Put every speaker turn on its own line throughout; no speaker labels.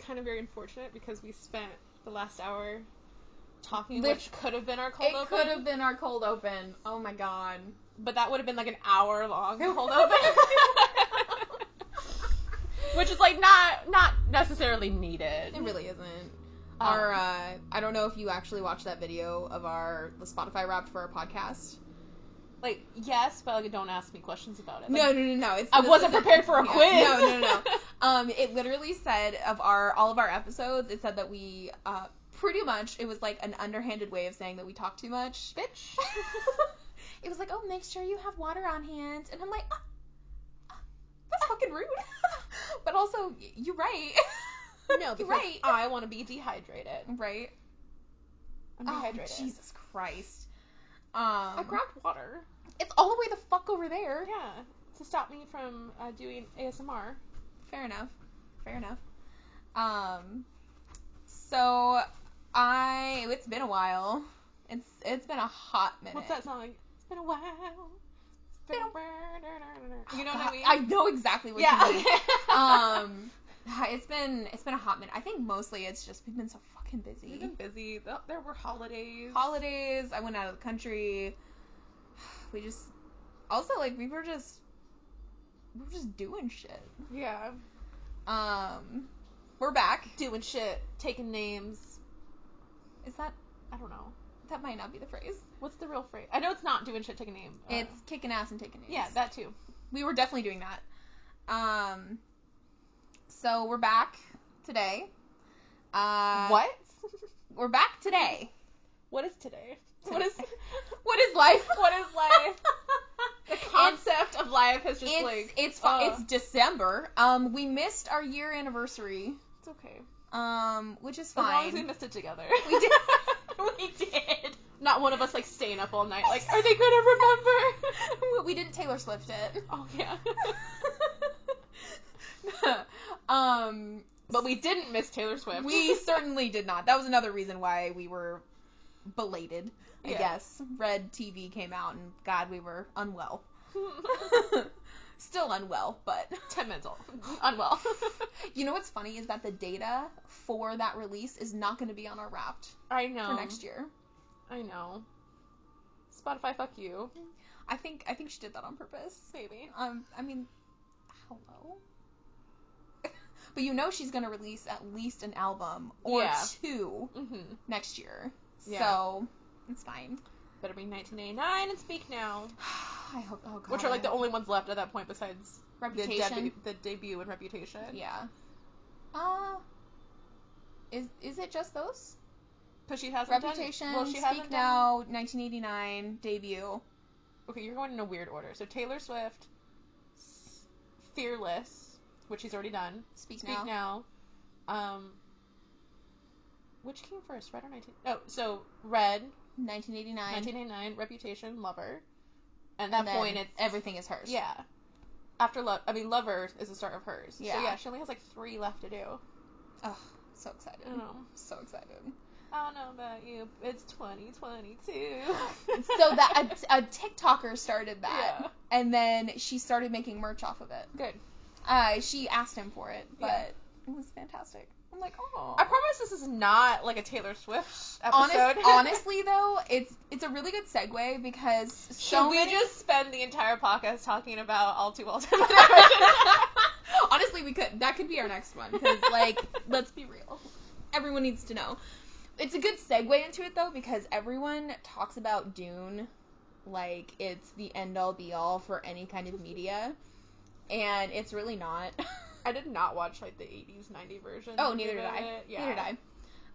kind of very unfortunate because we spent the last hour talking,
Lit-
which could have been our cold
It
open.
could have been our cold open. Oh my god.
but that would have been like an hour long cold open, which is like not not necessarily needed. Um,
It really isn't. Our uh, I don't know if you actually watched that video of our the Spotify Wrapped for our podcast.
Like yes, but like don't ask me questions about it. Like,
No, no, no, no. It's,
I
this
wasn't
isn't-
prepared for a
yeah.
quiz.
No, no, no. no. um, it literally said of our all of our episodes, it said that we uh, pretty much it was like an underhanded way of saying that we talk too much.
bitch.
it was like, oh, make sure you have water on hand, and I'm like, ah, ah, that's fucking rude. but also, y- you're right.
No,
you're
because
right.
I want to be dehydrated.
right.
I'm
Oh,
dehydrated.
Jesus Christ. Um,
I grabbed water.
it's all the way the fuck over there.
Yeah, to stop me from uh, doing ASMR.
Fair enough. Fair enough. Um, so I it's been a while. It's it's been a hot minute.
What's that song? It's been a while. It's been a while. You know what I mean?
Uh, I know exactly what
yeah.
you mean. um, it's been it's been a hot minute. I think mostly it's just we've been so fucking
We've
busy.
been busy. Th- There were holidays.
Holidays. I went out of the country. We just also like we were just we were just doing shit.
Yeah.
Um, we're back.
Doing shit. Taking names.
Is that
I don't know.
that might not be the phrase?
What's the real phrase? I know it's not doing shit, taking name. Uh,
It's kicking ass and taking names.
yeah, that too.
we were definitely doing that. Um, so we're back today. Uh,
what?
We're back today.
what is today? What is
What is life?
What is life? the
It's-
concept of life has just
It's
like
it's fu-
uh.
it's December. Um, we missed our year anniversary.
it's okay.
Um, which is
As long
fine.
as we missed it together.
We did.
we did. Not one of us like staying up all night. Like, are they gonna remember?
we didn't Taylor Swift it.
oh yeah.
um,
but we didn't miss Taylor Swift.
we certainly did not. That was another reason why we were belated. I
Yeah.
guess Red TV came out, and God, we were unwell. Still unwell, but
ten minutes old, unwell.
you know what's funny is that the data for that release is not going to be on our Wrapped
I know.
for next year.
I know. Spotify, fuck you.
I think I think she did that on purpose.
Maybe.
Um, I mean, hello. but you know she's gonna release at least an album or
Yeah.
two
Mm-hmm.
next year,
Yeah.
so it's fine.
Better be 1989 and Speak Now,
I hope. Oh god.
which are like the
I-
only ones left at that point besides the,
reputation.
debu- the debut and Reputation.
yeah. Uh, is is it just those?
Because she hasn't done-
Reputation,
well, she hasn't
Speak
done-
Now, 1989 debut.
Okay, you're going in a weird order. So Taylor Swift, S- Fearless, which she's already done.
Speak,
Speak
now.
now. Um, which came first, Red or 19? Oh, so Red,
1989.
1989, Reputation, Lover. And
At
at that point, it's
everything is hers.
yeah. After Love, I mean Lover is the start of hers.
Yeah.
So yeah, she only has like three left to do.
Oh, so excited.
I don't know.
So excited.
I don't know about you. but It's 2022.
so that a, a TikToker started that,
Yeah.
and then she started making merch off of it.
Good.
Uh, she asked him for it, but
Yeah.
it was fantastic. I'm like, oh.
I promise this is not like a Taylor Swift
Honest,
episode.
honestly, though, it's it's a really good segue because
Should
so
we
many-
just spend the entire podcast talking about all too well Taylor
honestly we could that could be our next one because like let's be real, everyone needs to know. It's a good segue into it though because everyone talks about Dune like it's the end all be all for any kind of media, and it's really not.
I did not watch like the 80s 90 version.
Oh, neither did
of
I.
it. Yeah.
Neither did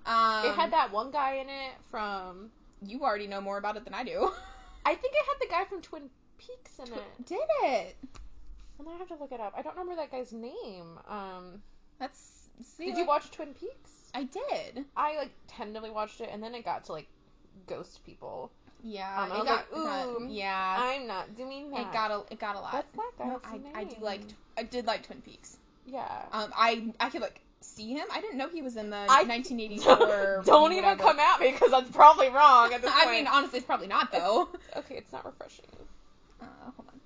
I. Um,
It had that one guy in it from.
You already know more about it than I do.
I think it had the guy from Twin Peaks in it.
Did it?
I'm gonna have to look it up. I don't remember that guy's name. Um,
That's. See,
did
like-
you watch Twin Peaks?
I did.
I like tentatively watched it, and then it got to like ghost people.
Yeah.
Um, I
it
was
got.
like,
it got-
ooh,
yeah.
I'm not doing that.
it got a. It got a lot.
What's that guy?
No, I, I do like. tw- I did like Twin Peaks.
Yeah.
Um, I I could like see him. I didn't know he was in the
I-
1984.
Don't even
whatever.
come at me because I'm probably wrong at this point.
I mean, honestly, it's probably not though.
okay, it's not refreshing.
Uh, hold on.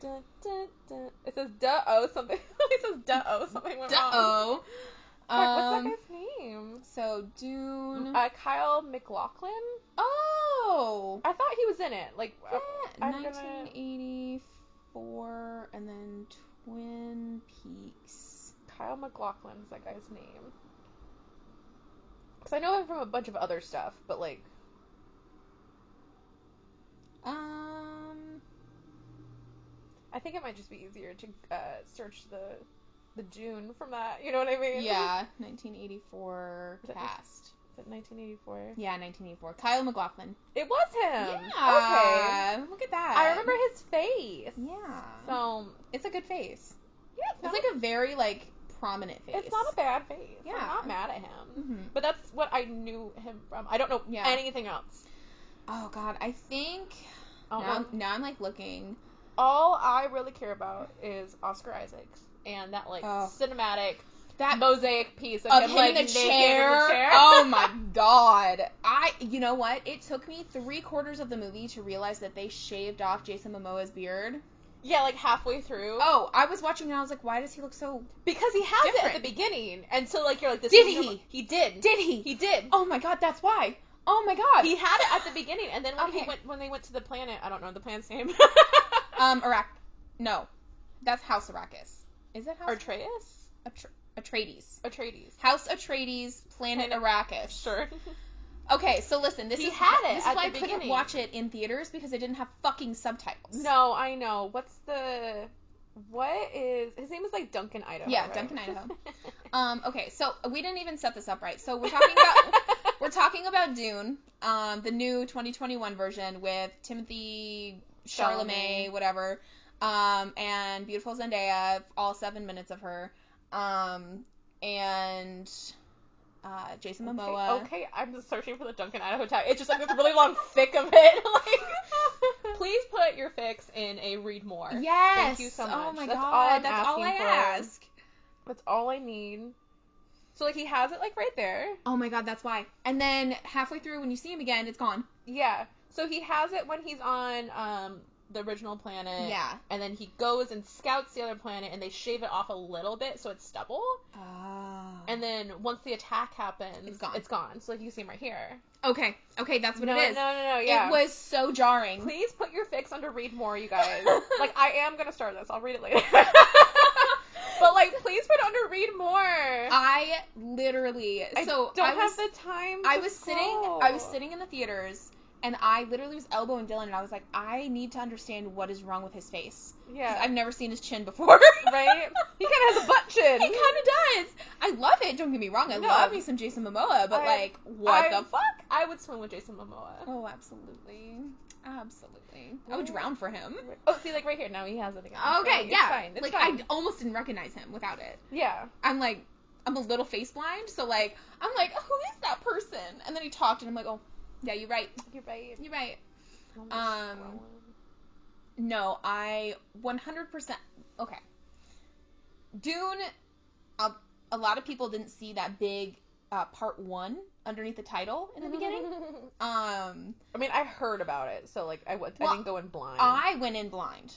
Dun, dun, dun. It says duh oh something. it says duh oh something went wrong.
Duh-oh.
Fuck, what's
Um,
that guy's name?
so Dune.
Uh, Kyle McLaughlin.
oh.
I thought he was in it. Like uh,
Yeah,
I'm gonna-
1984, and then Twin Peaks.
Kyle McLaughlin is that guy's name. Cause I know him from a bunch of other stuff, but like
Um,
I think it might just be easier to uh, search the the June from that. You know what I mean?
yeah, 1984 cast.
Is it 1984?
Yeah, 1984. Kyle McLaughlin.
It was him. Okay.
yeah. Look at that.
I remember his face.
Yeah.
So
it's a good face.
yeah, it's,
It's
not
like a very like prominent face.
It's not a bad face. Mm-hmm.
Yeah.
I'm not mad at him.
Mhm.
But that's what I knew him from. I don't know
Yeah.
anything else.
Oh God, I think.
I don't
now,
know.
I'm, now I'm like looking.
All I really care about is Oscar Isaacs and that like
Oh.
cinematic
That
mosaic piece of,
of
him,
him
like,
in the
naked in the
chair.
chair.
Oh my god. I you know what? It took me three quarters of the movie to realize that they shaved off Jason Momoa's beard.
yeah, like halfway through.
Oh, I was watching and I was like, why does he look so
Because he has it at
Different.
the beginning, and so like you're like, this is
Did he?
normal. He did.
Did he?
He did.
Oh my god, that's why. Oh my god.
He had it at the beginning, and then when he
Okay.
went when they went to the planet, I don't know the planet's name.
um Iraq No. That's House Arrakis. Is it House
Atreus,
Atra- Atreides?
Atreides.
House Atreides, Planet Arrakis.
Sure.
Okay, so listen, this
He
is
had it
this is
at
why
the
I couldn't
beginning.
watch it in theaters because it didn't have fucking subtitles.
No, I know. What's the what is his name is like Duncan Idaho.
Yeah,
right?
Duncan Idaho. Um, okay, so we didn't even set this up right. So we're talking about we're talking about Dune, um, the new 2021 version with Timothy Charlemagne,
Chalamet.
whatever, um, and beautiful Zendaya, all seven minutes of her, um, and uh, Jason Momoa.
Okay, okay, I'm just searching for the Duncan Idaho tag. It's just like this really long fic of it. Like, please put your fix in a read more.
Yes.
Thank you so
Oh
much.
my
That's all
god,
I'm
that's all I
asking for.
ask.
That's all I need. So like he has it like right there.
Oh my god, that's why. And then halfway through, when you see him again, it's gone.
Yeah. So he has it when he's on um the original planet.
Yeah.
And then he goes and scouts the other planet and they shave it off a little bit so it's stubble.
Ah.
And then once the attack happens,
It's gone.
It's gone. So like you see him right here.
okay, okay, that's what
no,
it is.
no, no, no, yeah.
It was so jarring.
Please put your fix under read more, you guys. like I am gonna start this. I'll read it later. but like please put under read more. I,
I literally Uh, so
don't
I
have
was
the time.
I
to
was
scroll.
sitting I was sitting in the theaters and I literally was elbowing Dylan and I was like I need to understand what is wrong with his face. 'Cause
Yeah.
I've never seen his chin before.
right? He kinda has a butt chin.
He kind of does. I love it. Don't get me wrong. I
No.
love me some Jason Momoa, but
I-
like what
I-
the fuck?
I would swim with Jason Momoa.
Oh, absolutely. Absolutely. I would
Right.
drown for him.
Oh, see, like right here now, he has it again.
Okay,
It's
yeah.
fine. It's
like
fine.
I almost didn't recognize him without it.
yeah,
I'm like, I'm a little face blind, so like, I'm like, "Oh, who is that person? And then he talked, and I'm like, oh, yeah, you're right,
you're right.
you're right.
I'm
Um,
scrolling.
No, I 100%. Okay. Dune, a, a lot of people didn't see that big uh, part one underneath the title in the beginning. Um,
I mean, I heard about it, so like I, went,
Well,
I didn't go in blind.
I went in blind,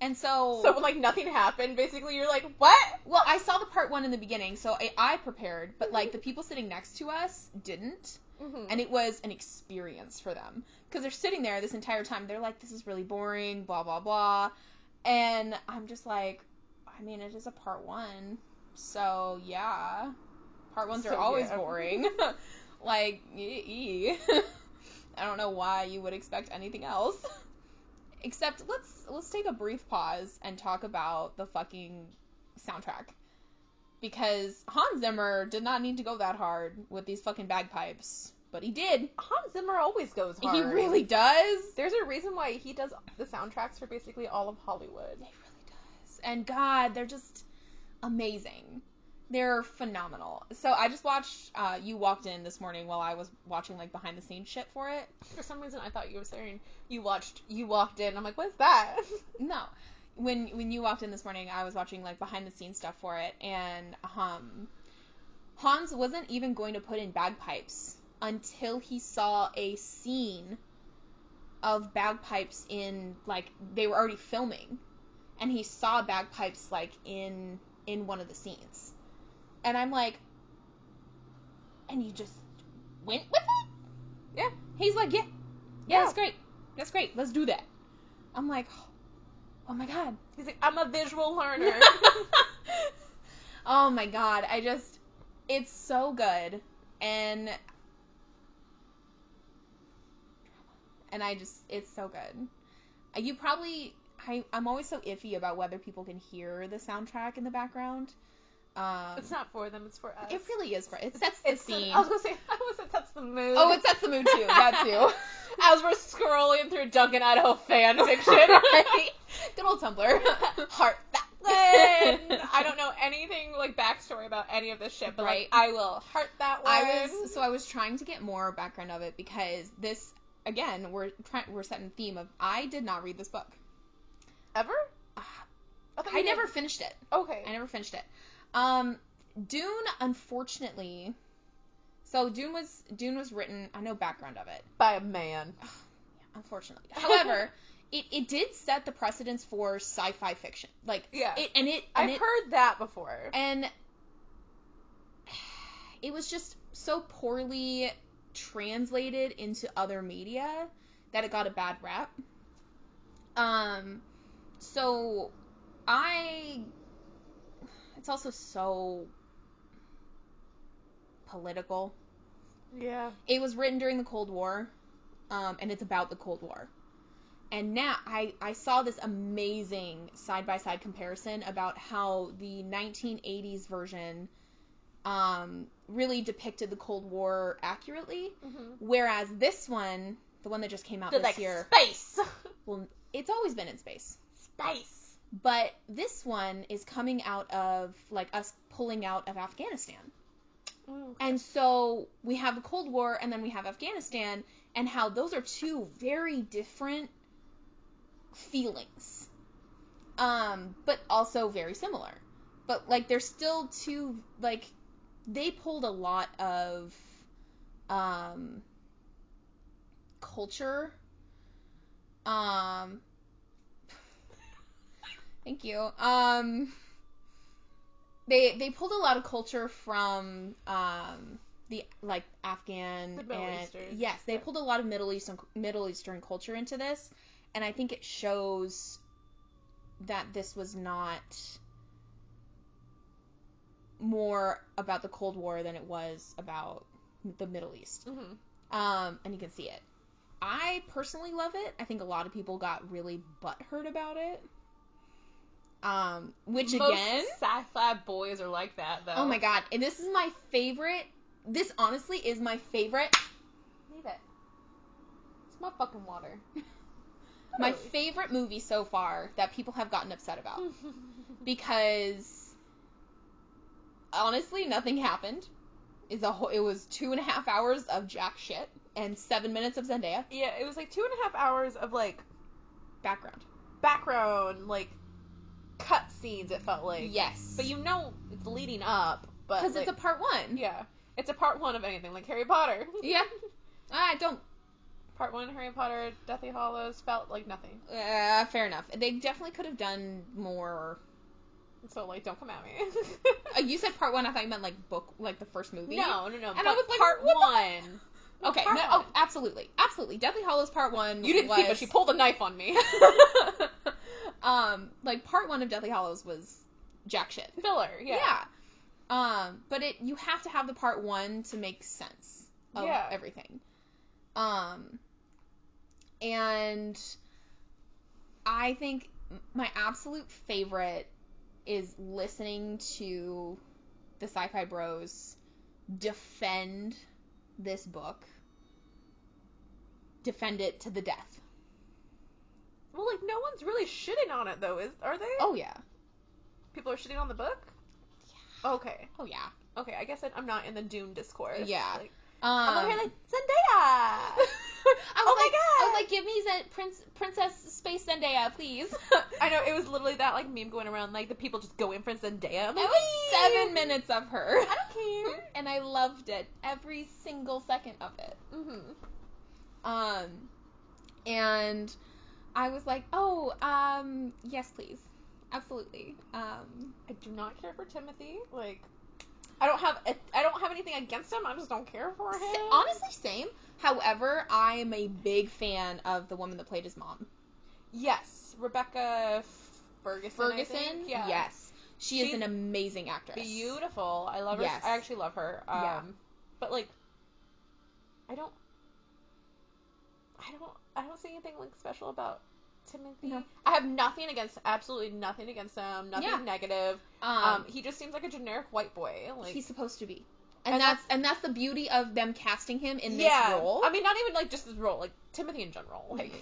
and so
so when like nothing happened, basically you're like, what?
Well, I saw the part one in the beginning, so I, I prepared, but like the people sitting next to us didn't.
Mhm.
and it was an experience for them because they're sitting there this entire time they're like this is really boring blah blah blah and i'm just like i mean it is a part one so yeah part ones are
So,
always
yeah.
boring like ee. i don't know why you would expect anything else except let's let's take a brief pause and talk about the fucking soundtrack because Hans Zimmer did not need to go that hard with these fucking bagpipes, but he did.
Hans Zimmer always goes hard.
He really does.
There's a reason why he does the soundtracks for basically all of Hollywood.
He really does. And God, they're just amazing. They're phenomenal. So I just watched. Uh, you walked in this morning while I was watching like behind the scenes shit for it.
For some reason, I thought you were saying you watched, you walked in. I'm like, what's that?
No. When when you walked in this morning, I was watching like behind the scenes stuff for it, and um, Hans wasn't even going to put in bagpipes until he saw a scene of bagpipes in like they were already filming. and he saw bagpipes like in in one of the scenes. And I'm like and you just went with it?
Yeah.
He's like, "Yeah. Yeah,
Yeah.
that's great. That's great. Let's do that." I'm like, "Oh my god."
He's like, I'm a visual learner.
oh my god, I just it's so good and and I just it's so good. Uh, You probably I, I'm always so iffy about whether people can hear the soundtrack in the background. Um,
it's not for them, it's for us.
It really is. For, it sets the
it's
scene.
I was gonna say, I was it sets the mood.
oh, it sets the mood too. That too.
As we're scrolling through Duncan Idaho fan fiction,
Right? Good old Tumblr. Heart that
And I don't know anything like backstory about any of this shit, but
Right.
like I will heart that one.
I was so I was trying to get more background of it because this again we're trying we're setting theme of I did not read this book.
ever. Ah, thought
I
you
never
did.
finished it.
Okay.
I never finished it. Um, Dune, unfortunately, so Dune was Dune was written. I know background of it.
By a man.
Unfortunately, however, it, it did set the precedence for sci-fi fiction. Like
Yeah.
it, and it and
I've
it,
heard that before.
and it was just so poorly translated into other media that it got a bad rap. Um, so I. It's also so political.
yeah.
It was written during the Cold War, um, and it's about the Cold War. And now I, I saw this amazing side by side comparison about how the 1980s version um, really depicted the Cold War accurately,
Mm-hmm.
whereas this one, the one that just came out this year,
space.
well, it's always been in space.
space.
But this one is coming out of like us pulling out of Afghanistan. And so we have the Cold War and then we have Afghanistan and how those are two very different feelings. Um, but also very similar. But like they're still two like they pulled a lot of um culture. Um thank you. Um they they pulled a lot of culture from um the like Afghan
The Middle
and
Eastern.
yes, they
Yeah.
pulled a lot of Middle Eastern Middle Eastern culture into this, and I think it shows that this was not more about the Cold War than it was about the Middle East
hmm
um, and you can see it. I personally love it. I think a lot of people got really butthurt about it. Um, which
Most
again,
sci-fi boys are like that though.
oh my god, and this is my favorite. This honestly is my favorite. Leave it. It's my fucking water. My favorite movie so far that people have gotten upset about
Hmm.
because honestly, nothing happened. It's a whole, it was two and a half hours of jack shit and seven minutes of Zendaya
yeah, it was like two and a half hours of like
background.
background, like cut scenes. It felt like.
yes,
But you know it's leading up, but
because
like,
it's a part one.
yeah, it's a part one of anything, like Harry Potter.
Yeah. I don't.
Part one, Harry Potter, Deathly Hollows felt like nothing.
Uh, fair enough. They definitely could have done more.
So like, don't come at me.
Uh, you said part one. I thought you meant like book, like the first movie.
no, no, no.
And I
but
was like,
part
what the-
one.
Okay.
Part
no,
one.
oh, absolutely, absolutely. Deathly Hollows Part One.
You didn't
was,
see, but she pulled a knife on me.
um, like Part One of Deathly Hollows was jack shit.
Filler, yeah.
Um, but it you have to have the part one to make sense of
Yeah.
everything. Um, and I think my absolute favorite is listening to the sci-fi bros defend this book, defend it to the death.
Well, like no one's really shitting on it though, is are they?
Oh yeah,
people are shitting on the book. Okay,
oh yeah.
okay. I guess I- I'm not in the Dune discourse.
Yeah.
Like,
Um,
I'm over here like Zendaya.
I was
Oh my
like, I was
God.
like, give me Zen- Prince Princess Space Zendaya, please.
I know it was literally that like meme going around like the people just go in for Zendaya. I'm
That
like,
was seven minutes of her,
I don't care.
and I loved it every single second of it.
Mm-hmm.
Um, and I was like, oh, um, yes, please. absolutely. Um,
I do not care for Timothy. Like, I don't have I don't have anything against him. I just don't care for him.
sa- honestly, same. However, I am a big fan of the woman that played his mom,
yes, Rebecca Ferguson. I
Ferguson.
think. Yeah.
Yes, she is
She's
an amazing actress.
beautiful. I love her.
Yes.
I actually love her. Um,
Yeah.
But like, I don't, I don't, I don't see anything like special about Timothy.
No.
I have nothing against, absolutely nothing against him. Nothing
Yeah.
negative.
Um,
Um, he just seems like a generic white boy. Like
he's supposed to be, and,
And
that's, and that's the beauty of them casting him in this
yeah.
role.
I mean, not even like just this role, like Timothy in general. Like,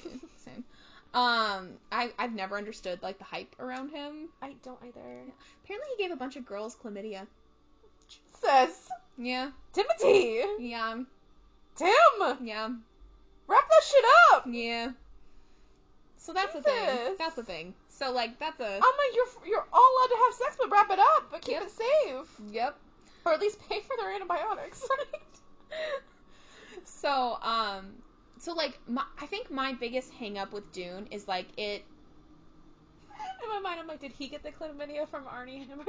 same. Um, I I've never understood like the hype around him.
I don't either.
Apparently, he gave a bunch of girls chlamydia.
Jesus,
Yeah,
Timothy,
yeah,
Tim,
yeah,
wrap that shit up.
yeah. So that's the thing.
Jesus.
That's the thing. So like that's a
I'm like, you're you're all allowed to have sex, but wrap it up, but keep
Yep.
it safe.
yep.
Or at least pay for their antibiotics.
So um, so like my, I think my biggest hang up with Dune is like it.
In my mind, I'm like, did he get the chlamydia from Arnie Hammer?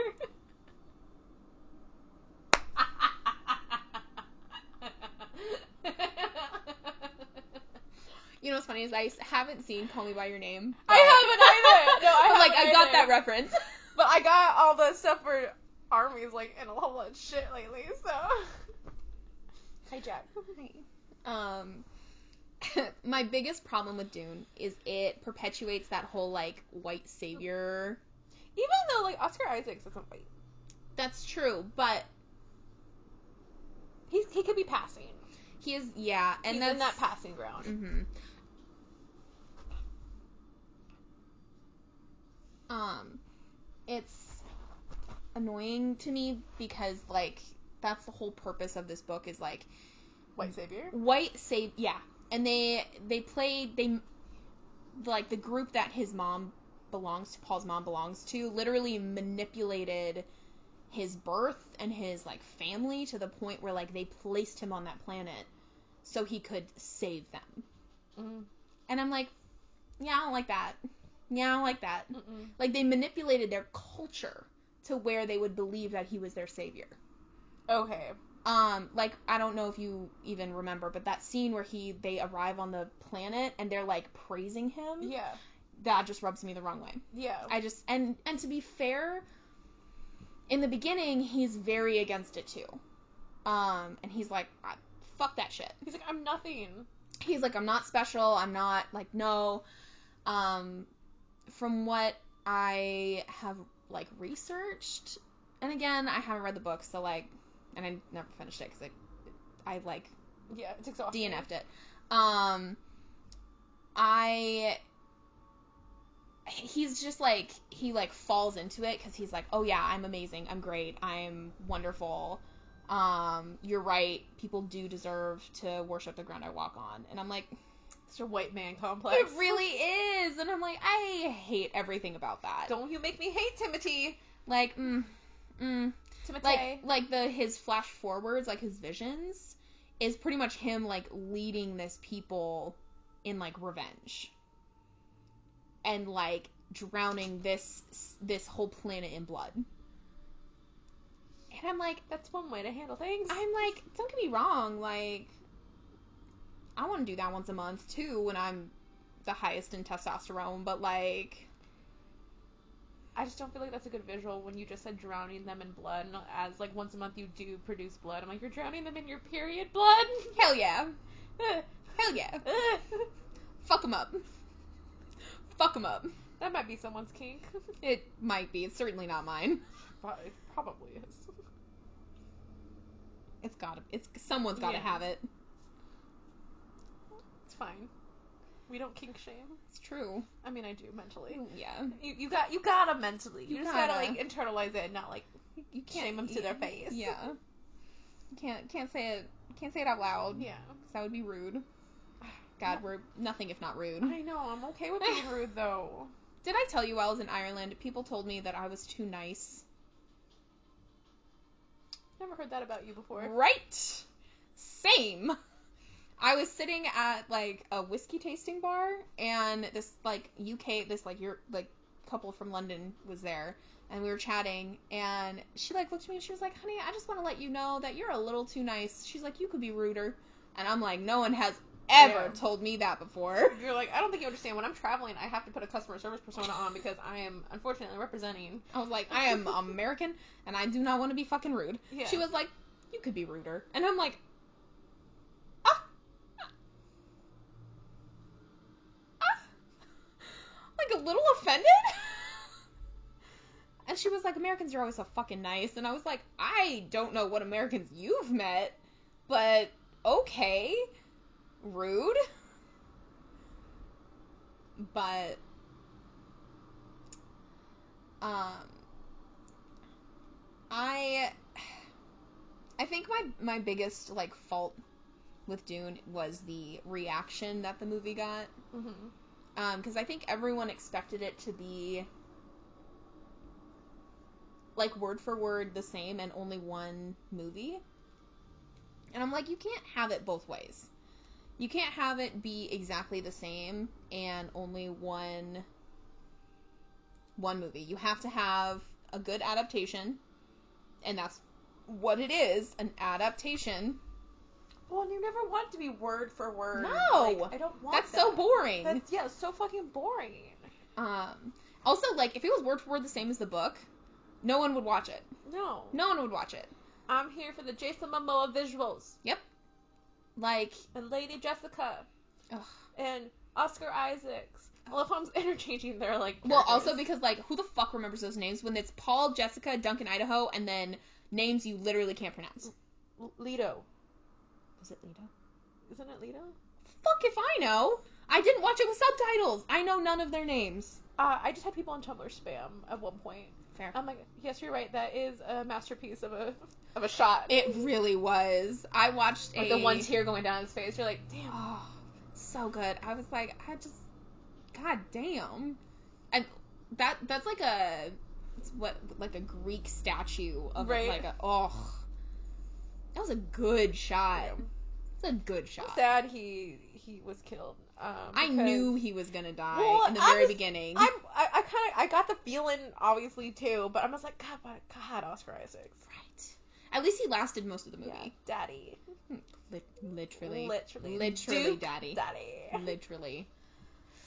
You know what's funny is I s- haven't seen Call Me by Your Name.
I haven't either. No, I
But, like
haven't
I got
either.
that reference.
but I got all the stuff for armies, like, in a whole lot of shit lately, so. Hi, Jack.
Um, my biggest problem with Dune is it perpetuates that whole like white savior.
Even though, like, Oscar Isaacs isn't white,
That's true, but
he's, he could be passing.
he is yeah, and
he's
that's
in that passing ground.
hmm Um, it's annoying to me because like that's the whole purpose of this book is like
White Savior?
white save yeah and they they played they like the group that his mom belongs to paul's mom belongs to literally manipulated his birth and his like family to the point where like they placed him on that planet so he could save them
Mm-hmm.
and i'm like yeah i don't like that yeah i don't like that
Mm-mm.
like they manipulated their culture to where they would believe that he was their savior
Okay.
um like i don't know if you even remember but that scene where he they arrive on the planet and they're like praising him
Yeah.
that just rubs me the wrong way
Yeah.
i just and and to be fair in the beginning he's very against it too um and he's like "Ah, fuck that shit
He's like, I'm nothing.
he's like i'm not special i'm not like no um from what i have like researched and again i haven't read the book so like and i never finished it because i i like
Yeah, it's exhausting.
DNF'd it. Um, I he's just like he like falls into it because he's like, oh yeah, I'm amazing, I'm great, I'm wonderful. Um, you're right. People do deserve to worship the ground I walk on, and I'm like,
It's a white man complex.
it really is, and I'm like, I hate everything about that.
Don't you make me hate Timothy.
Like, mm, mm,
Timothy.
like like the his flash forwards like his visions is pretty much him like leading this people in like revenge and like drowning this this whole planet in blood and i'm like
That's one way to handle things.
i'm like don't get me wrong like i want to do that once a month too when i'm the highest in testosterone but like
I just don't feel like that's a good visual when you just said drowning them in blood. And as like once a month you do produce blood, I'm like you're drowning them in your period blood.
hell yeah hell yeah fuck them up fuck them up
that might be someone's kink.
It might be. It's certainly not mine.
Pro- It probably is.
It's gotta. It's someone's gotta
Yeah.
have it.
It's fine. We don't kink shame.
It's true.
I mean, I do mentally.
Yeah.
You, you got you gotta mentally. You,
You
just gotta.
gotta.
like internalize it and not like
You
shame them to their face.
Yeah. You can't can't say it can't say it out loud.
Yeah.
'cause that would be rude. God, we're nothing if not rude.
I know. I'm okay with being rude though.
Did I tell you I was in Ireland? People told me that I was too nice.
Never heard that about you before.
Right. Same. I was sitting at like a whiskey tasting bar and this like UK this like Europe like couple from London was there, and we were chatting, and she like looked at me and she was like, "Honey, I just want to let you know that you're a little too nice." She's like, "You could be ruder," and I'm like, "No one has ever
Yeah.
told me that before."
You're like, I don't think you understand. When I'm traveling, I have to put a customer service persona on because I am unfortunately representing.
I was like, "I am American, and I do not want to be fucking rude."
Yeah.
She was like, "You could be ruder," and I'm like. "Ah." Ah. Like a little offended? And she was like, Americans are always so fucking nice. And I was like, I don't know what Americans you've met, but okay. Rude. But, um, I, I think my, my biggest, like, fault with Dune was the reaction that the movie got
Mm-hmm.
because Um, I think everyone expected it to be like word for word the same and only one movie. And I'm like, you can't have it both ways. You can't have it be exactly the same and only one one movie. You have to have a good adaptation, and that's what it is, an adaptation.
Well, and you never want to be word for word.
No!
Like, I don't want.
That's
that.
so boring.
That's yeah, so fucking boring.
Um, also, like, if it was word for word the same as the book, no one would watch it.
No.
No one would watch it.
I'm here for the Jason Momoa visuals
Like,
and Lady Jessica
ugh.
and Oscar Isaacs. Well, if I'm interchanging, they're like.
well,
characters.
also because like, who the fuck remembers those names when it's Paul, Jessica, Duncan, Idaho, and then names you literally can't pronounce.
L- Leto.
Was it Lita?
Isn't it Leto?
Fuck if I know. I didn't watch it with subtitles. I know none of their names.
Uh, I just had people on Tumblr spam at one point.
Fair.
I'm like, yes, you're right. That is a masterpiece of a of a shot.
It really was. I watched
like
a
the one tear going down his face. You're like, damn.
Oh, so good. I was like, I just, god damn, and that that's like a, it's what like a Greek statue of
Right.
like a oh, that was a good shot.
Yeah.
It's a good
I'm
shot.
sad he he was killed. Um,
I
because
knew he was gonna die
Well,
in the
I
very
was-
beginning.
I'm, I I kind of I got the feeling obviously too, but I'm just like God, but God, Oscar Isaacs,
Right. At least he lasted most of the movie.
yeah, Daddy,
Lit- literally,
literally,
literally,
Duke
daddy.
Daddy.
literally.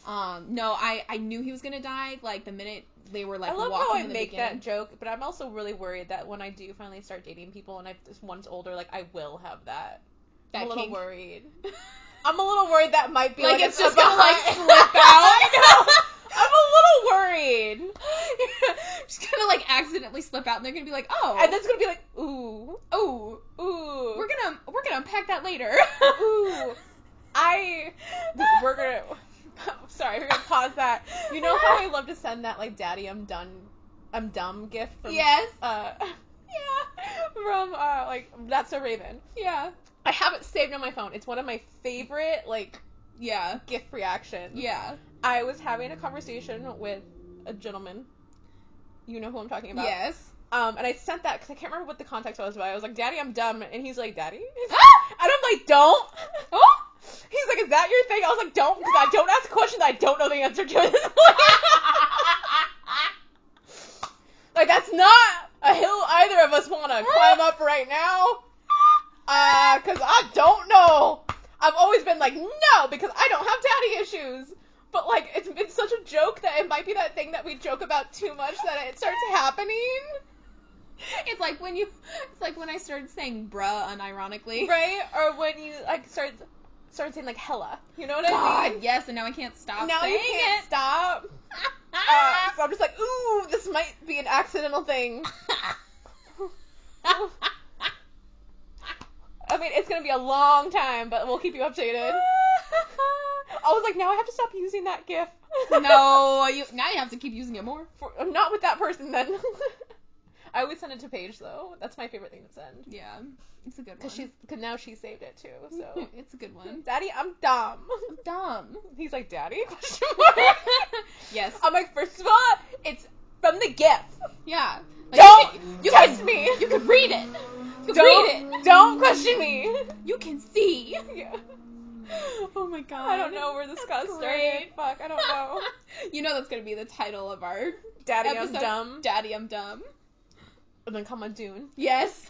Um, no, I I knew he was gonna die. Like the minute they were like
I love
walking
how I
in the
make
beginning.
that joke, but I'm also really worried that when I do finally start dating people and I this one's older, like I will have that.
that
I'm a little
came-
worried. I'm a little worried that might be
Like,
like,
it's just gonna, like,
behind-
slip out.
I know. I'm a little worried,
She's gonna like accidentally slip out, and they're gonna be like, "Oh,
and it's gonna be like, ooh,
oh,
ooh,
we're gonna we're gonna unpack that later."
Ooh. I we're gonna sorry, we're gonna pause that. You know how I love to send that like daddy I'm done I'm dumb gift from
yes,
uh
yeah,
from uh like that's a raven.
yeah,
I have it saved on my phone. It's one of my favorite like
yeah,
gift reactions.
yeah,
I was having a conversation with a gentleman. You know who I'm talking about.
yes.
Um, and I sent that because I can't remember what the context was, but I was like, "Daddy, I'm dumb," and he's like, "Daddy," and I'm like, "Don't."
Oh,
He's like, "Is that your thing?" I was like, "Don't," because I don't ask a question that I don't know the answer to. at this point. like that's not a hill either of us want to climb up right now, because I don't know. I've always been like, "No," because I don't have daddy issues. But like, it's been such a joke that it might be that thing that we joke about too much that it starts happening,
it's like when you, it's like when I started saying "bruh" unironically.
right? Or when you like start start saying like "hella," you know what I
God,
mean?
yes, and now I can't stop
now
saying
you can't stop. Uh, so I'm just like, ooh, this might be an accidental thing. I mean, it's gonna be a long time, but we'll keep you updated. I was like, now I have to stop using that GIF.
no, you, now you have to keep using it more.
For, not with that person then. I always send it to Paige though. That's my favorite thing to send.
Yeah, it's a good one.
Cause she's, cause now she saved it too. So,
it's a good one.
Daddy, I'm dumb.
Dumb. Um,
He's like, Daddy? Question mark.
yes.
I'm like, first of all, it's from the GIF.
Yeah. Like,
Don't
You can,
touch
can-
me.
You can read it. You can
don't
read it.
don't question me.
You can see.
Yeah.
oh my god.
I don't know where this got
That's
started.
great.
Fuck, I don't know.
you know that's gonna be the title of our
Daddy,
episode.
I'm dumb.
Daddy, I'm dumb.
And then come on Dune.
Yes.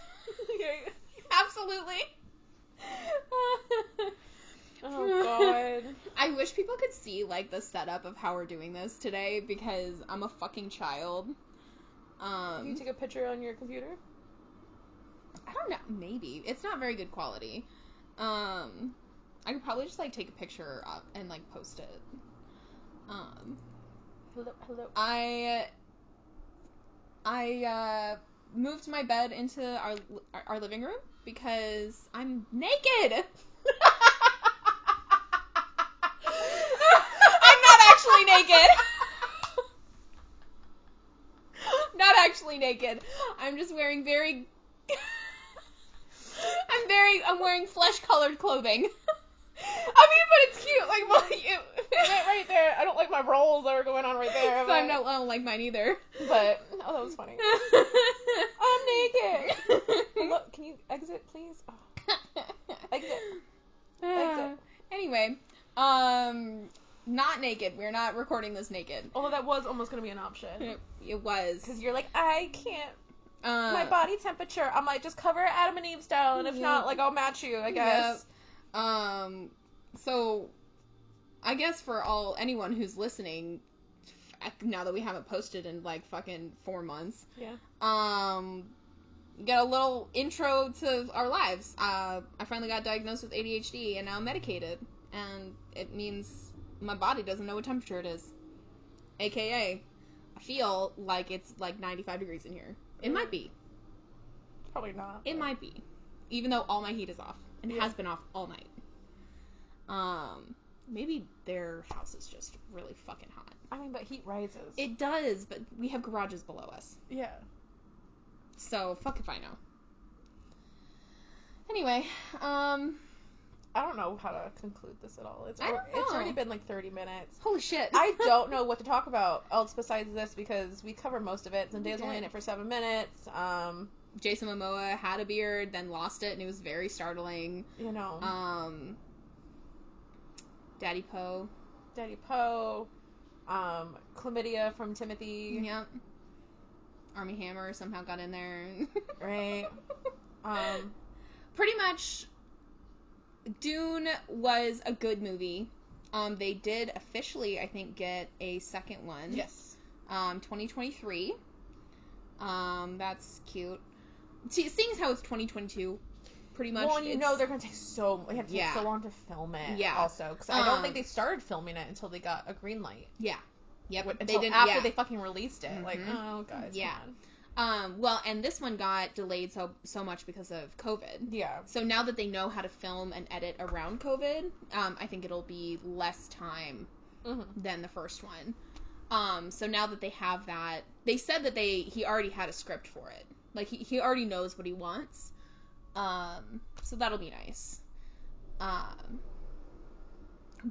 Absolutely.
oh god.
I wish people could see like the setup of how we're doing this today because I'm a fucking child. Um,
You take a picture on your computer?
I don't know. Maybe it's not very good quality. Um, I could probably just like take a picture up and like post it. Um,
Hello, hello.
I I uh, moved my bed into our our, our living room because I'm naked. I'm not actually naked. not actually naked. I'm just wearing very. I'm very. I'm wearing flesh-colored clothing.
I mean, but it's cute. Like, well, you, that right there. I don't like my rolls that were going on right there.
so
but,
I'm not. I don't like mine either.
But oh, that was funny. I'm naked. Look, can you exit, please? Oh, Exit. Exit.
Anyway, um, not naked. We're not recording this naked.
Although that was almost gonna be an option.
It, it was.
Because you're like, I can't.
uh,
my body temperature. I'm like, just cover Adam and Eve down. If
Yeah.
not, like, I'll match you. I guess.
Um, so I guess for all anyone who's listening, f- now that we haven't posted in like fucking four months,
Yeah.
um, get a little intro to our lives. Uh, I finally got diagnosed with ADHD and now I'm medicated, and it means my body doesn't know what temperature it is, aka I feel like it's like 95 degrees in here. It might be.
Probably not.
It might be, even though all my heat is off and
Yeah.
has been off all night. Um, maybe their house is just really fucking hot.
I mean, but heat rises.
It does, but we have garages below us,
yeah.
so fuck if I know. Anyway, um,
I don't know how to conclude this at all. It's
I don't
it's already
know.
been like 30 minutes.
holy shit.
I don't know what to talk about else besides this because we covered most of it. Zendaya's
did.
only in it for seven minutes. Um,
Jason Momoa had a beard, then lost it, and it was very startling.
you know,
Um, Daddy Poe.
Daddy Poe, um, chlamydia from Timothy.
Yep. Army Hammer somehow got in there.
Right. Um,
pretty much Dune was a good movie. Um, they did officially, I think, get a second one.
yes.
Um, 2023. Um, that's cute. See, seeing as how it's 2022, pretty much.
well, and you
it's-
know they're gonna take so they have to
Yeah.
take so long to film it.
Yeah.
Also, because I don't
Um,
think they started filming it until they got a green light.
Yep.
What-
they
until
didn't-
after
yeah.
they fucking released it. Like,
Mhm.
oh guys.
Yeah.
come on.
Um, well, and this one got delayed so so much because of COVID.
Yeah.
So now that they know how to film and edit around COVID, um, I think it'll be less time
hmm
than the first one. Um, so now that they have that, they said that they he already had a script for it. Like he, he already knows what he wants. Um, so that'll be nice. Um,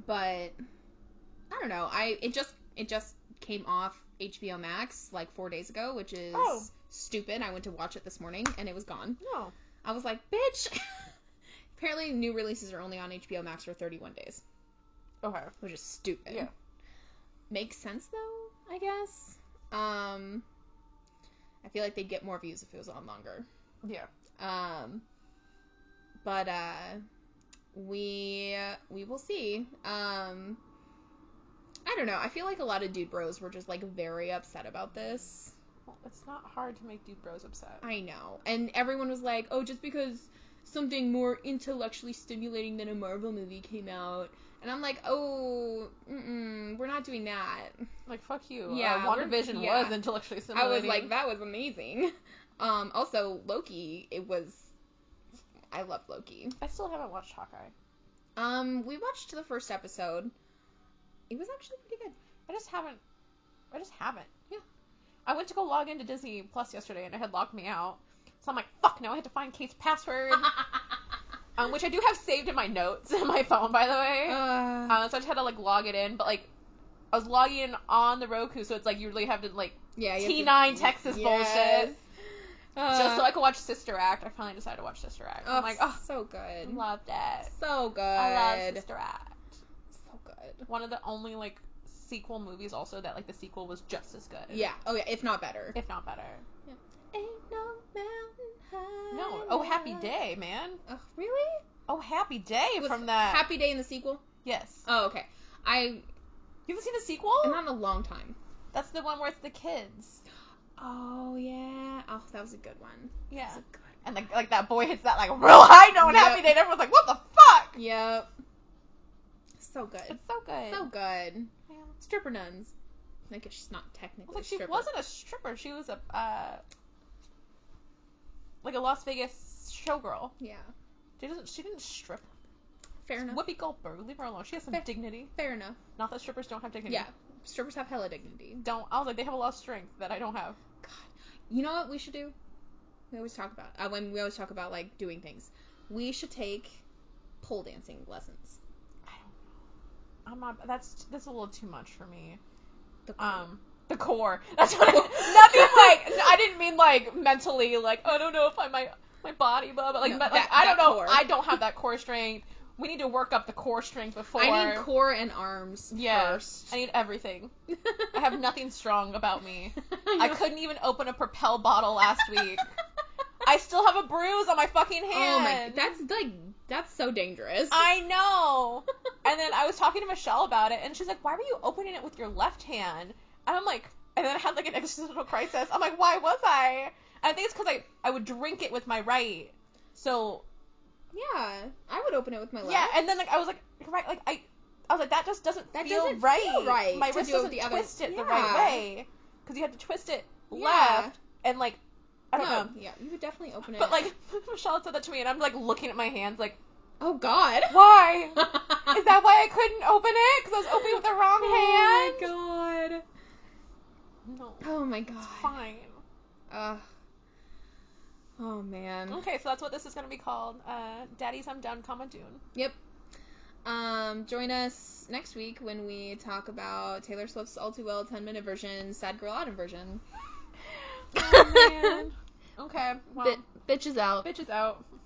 but I don't know. I it just it just came off HBO Max like four days ago, which is
Oh.
stupid. I went to watch it this morning and it was gone.
No.
I was like, bitch. Apparently, new releases are only on HBO Max for 31 days
Okay.
which is stupid.
Yeah.
Makes sense though, I guess. Um I feel like they'd get more views if it was on longer.
Yeah.
Um but uh we we will see. Um I don't know. I feel like a lot of dude bros were just like very upset about this.
Well, it's not hard to make dude bros upset.
I know. And everyone was like, "Oh, just because something more intellectually stimulating than a Marvel movie came out." And I'm like, "Oh, mm-mm, we're not doing that."
Like, fuck you.
Yeah,
Yeah. Uh,
we're-
WandaVision
yeah.
was intellectually
I
stimulating.
was like, that was amazing. Um, also Loki, it was. I love Loki.
I still haven't watched Hawkeye.
Um, we watched the first episode. It was actually pretty good.
I just haven't. I just haven't.
Yeah.
I went to go log into Disney Plus yesterday and it had locked me out. So I'm like, fuck no, I had to find Kate's password. um, which I do have saved in my notes in my phone, by the way.
Uh,
Uh, so I just had to like log it in, but like I was logging in on the Roku, so it's like you really have to like
yeah, you have to-
T9 Texas bullshit.
Uh,
just so I could watch Sister Act. I finally decided to watch Sister Act. I'm like, oh,
so good.
love that.
So good.
I love Sister Act.
So good.
One of the only like sequel movies also that like the sequel was just as good.
Yeah. Oh yeah. If not better.
If not better.
Ain't no mountain high.
No. Oh, Happy Day, man.
Ugh, really?
Oh, Happy Day
Was
from that.
Happy Day in the sequel.
yes.
Oh okay. I
You haven't seen the sequel?
and not in a long time.
That's the one where it's the kids.
Oh yeah. Oh, that was a good one.
Yeah.
That was a good.
And like like that boy hits that like real high note in
Yep.
Happy Day. And everyone's like, what the fuck?
Yep. So good.
It's so good.
So good.
Yeah.
Stripper nuns. I guess she's not
I was
technically
like,
a
she
stripper.
wasn't a stripper. She was a uh, like a Las Vegas showgirl.
Yeah.
She doesn't. She didn't strip.
Fair enough.
Whoopi Goldberg. Leave her alone. She has some
Fair-
dignity.
Fair enough.
Not that strippers don't have dignity.
Yeah. Strippers have hella dignity.
Don't. I was like, they have a lot of strength that I don't have.
God, you know what we should do? We always talk about uh, when we always talk about like doing things. We should take pole dancing lessons.
I don't. I'm not. That's that's a little too much for me.
The
Um, the core. That's what. I, nothing like. I didn't mean like mentally. Like I don't know if I my my body, blah, blah. Like,
No,
but, like
that-
I don't
that
know.
core.
I don't have that core strength. We need to work up the core strength before.
I need core and arms
Yeah.
first.
I need everything. I have nothing strong about me. I couldn't even open a Propel bottle last week. I still have a bruise on my fucking hand.
Oh my, that's like that's so dangerous.
I know. And then I was talking to Michelle about it, and she's like, "Why were you opening it with your left hand?" And I'm like, and then I had like an existential crisis. I'm like, "Why was I?" And I think it's because I I would drink it with my right. So
yeah, I would open it with my left.
yeah, and then like I was like, right, like I. I was like, that just doesn't
That
feel
doesn't
right.
feel right
My
to
wrist
do it
doesn't
with the other-
twist it the
Yeah.
right way because you have to twist it
Yeah.
left and like I don't
no,
know.
Yeah, you would definitely open it.
But like Michelle said that to me, and I'm like looking at my hands, like,
oh god,
why? Is that why I couldn't open it? Because I was opening with the wrong hand?
Oh my god.
No.
Oh my god.
Fine.
Ugh. Oh man.
Okay, so that's what this is going to be called. Uh, Daddy's I'm Down, comma Dune.
Yep. Um, join us next week when we talk about Taylor Swift's All Too Well 10 minute version, Sad Girl Autumn version.
Oh, man. okay, well,
Bitch is out.
bitch is out.